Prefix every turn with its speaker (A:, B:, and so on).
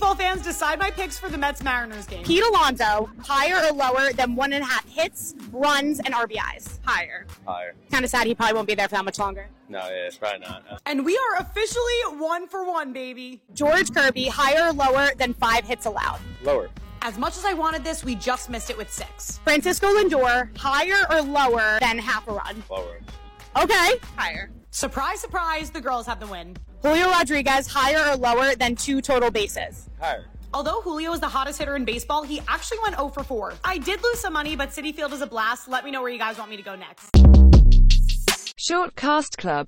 A: Bowl fans, decide my picks for the Mets Mariners game.
B: Pete Alonso, higher or lower than one and a half hits, runs, and RBIs?
A: Higher.
C: Higher.
B: Kind of sad he probably won't be there for that much longer.
C: No, yeah, it's probably not. Uh, No.
A: And we are officially one for one, baby.
B: George Kirby, higher or lower than five hits allowed?
C: Lower.
A: As much as I wanted this, we just missed it with six.
B: Francisco Lindor, higher or lower than half a run?
C: Lower.
B: Okay.
A: Higher. Surprise, surprise, the girls have the win.
B: Julio Rodriguez, higher or lower than two total bases?
C: Higher.
A: Although Julio is the hottest hitter in baseball, he actually went 0 for 4. I did lose some money, but City Field is a blast. Let me know where you guys want me to go next.
D: Short Cast Club